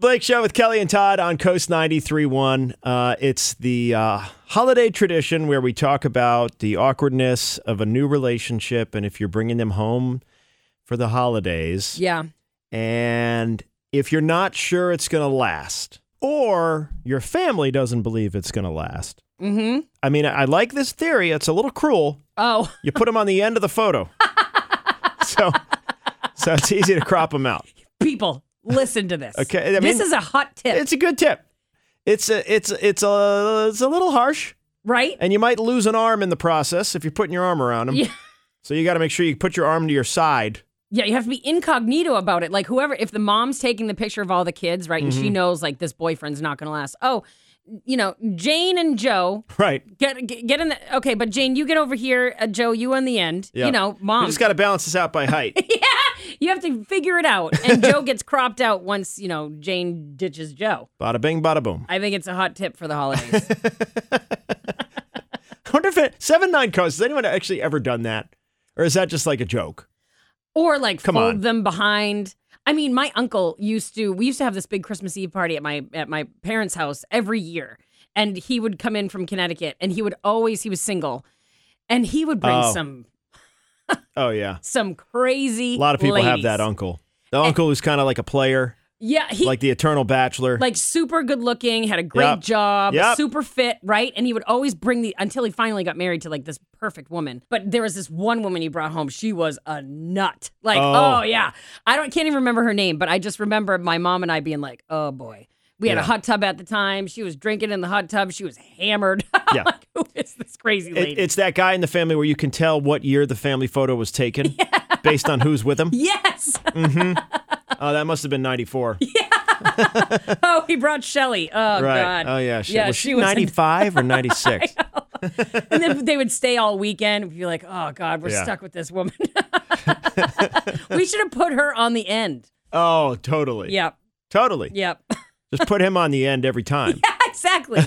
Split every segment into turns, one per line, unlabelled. Blake Show with Kelly and Todd on Coast 93.1. Uh, it's the uh, holiday tradition where we talk about the awkwardness of a new relationship and if you're bringing them home for the holidays.
Yeah.
And if you're not sure it's going to last or your family doesn't believe it's going to last.
Mm-hmm.
I mean, I I like this theory. It's a little cruel.
Oh,
You put them on the end of the photo. so, so it's easy to crop them out.
people, listen to this.
Okay, I mean-
this is a hot tip,
It's a good tip. It's a, it's it's a it's a little harsh,
right?
and you might lose an arm in the process if you're putting your arm around them.
Yeah.
So you got to make sure you put your arm to your side.
Yeah, you have to be incognito about it. Like whoever, if the mom's taking the picture of all the kids, right,
Mm-hmm.
and she knows like this boyfriend's not going to last. Oh, you know, Jane and Joe
Right.
get get get in the okay, but Jane, you get over here. Uh, Joe, you on the end.
Yeah.
You know,
You
mom,
just got to balance this out by height.
you have to figure it out. And Joe gets cropped out once you know Jane ditches Joe.
bada bing, bada boom.
I think it's a hot tip for the holidays.
I wonder if it, seven nine coast. Has anyone actually ever done that, or is that just like a joke?
or like
Come
fold
on.
them behind. I mean, my uncle used to. We used to have this big Christmas Eve party at my at my parents' house every year, and he would come in from Connecticut, and he would always he was single, and he would bring
Oh.
some
Oh yeah,
some crazy.
a lot of people have
ladies.
that uncle. The uncle who's kind of like a player,
Yeah, he
like
like,
the eternal bachelor.
super good looking, had a great
Yep.
job,
Yep.
super fit, right? And he would always bring the until he finally got married to like this perfect woman. But there was this one woman he brought home. She was a nut. Like,
Oh.
oh, yeah, I don't can't even remember her name, but I just remember my mom and I being like, oh boy. We had
Yeah.
a hot tub at the time. She was drinking in the hot tub. She was hammered.
Yeah.
like, who is this crazy lady?
It, it's that guy in the family where you can tell what year the family photo was taken based on who's with him.
yes.
Oh, that must have been 94.
oh, he brought Shelly. Oh
right.
God.
Oh, yeah. She,
yeah,
was
she,
she,
was. a
95 or 96?
And then they would stay all weekend. We'd be like, oh God, we're
Yeah.
stuck with this woman. we should have put her on the end.
oh, totally.
Yep.
Totally.
Yep.
Just put him on the end every time.
exactly.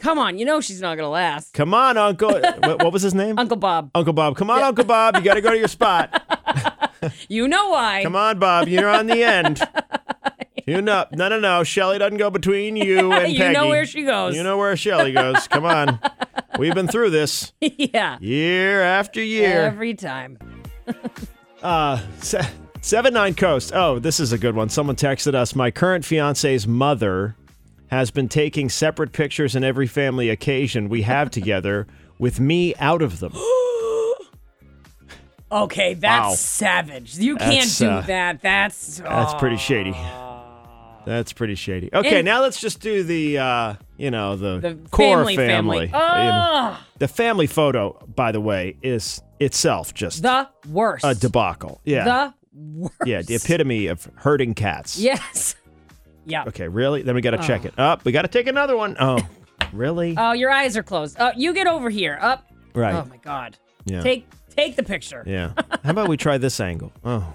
Come on. You know she's not going to last.
Come on, Uncle. what, what was his name?
Uncle Bob,
Uncle Bob. Come on, Uncle Bob. You got to go to your spot.
you know why.
Come on, Bob. You're on the end. Tune up. No, no, no. Shelly doesn't go between you and
You know
Peggy.
where she goes.
You know where Shelly goes. Come on. We've been through this
yeah.
year after year.
Every time.
Uh, se- seven nine coast. Oh, this is a good one. Someone texted us. My current fiance's mother has been taking separate pictures in every family occasion we have together, with me out of them.
Okay, that's
Wow.
savage. You
That's,
can't do
uh,
that. That's
That's
oh.
pretty shady. That's pretty shady. Okay,
And-
now let's just do the uh, you know the,
the
core
family family.
You know,
Oh,
the family photo, by the way, is itself just
the worst.
a debacle. Yeah,
the worst.
yeah, the epitome of herding cats.
Yes. Yeah.
Okay, really? Then we got to check it. Up, we got to take another one. Oh, really?
Oh, your eyes are closed. Uh, you get over here. Up.
right.
Oh my God.
Yeah.
Take take the picture.
yeah. How about we try this angle? Oh,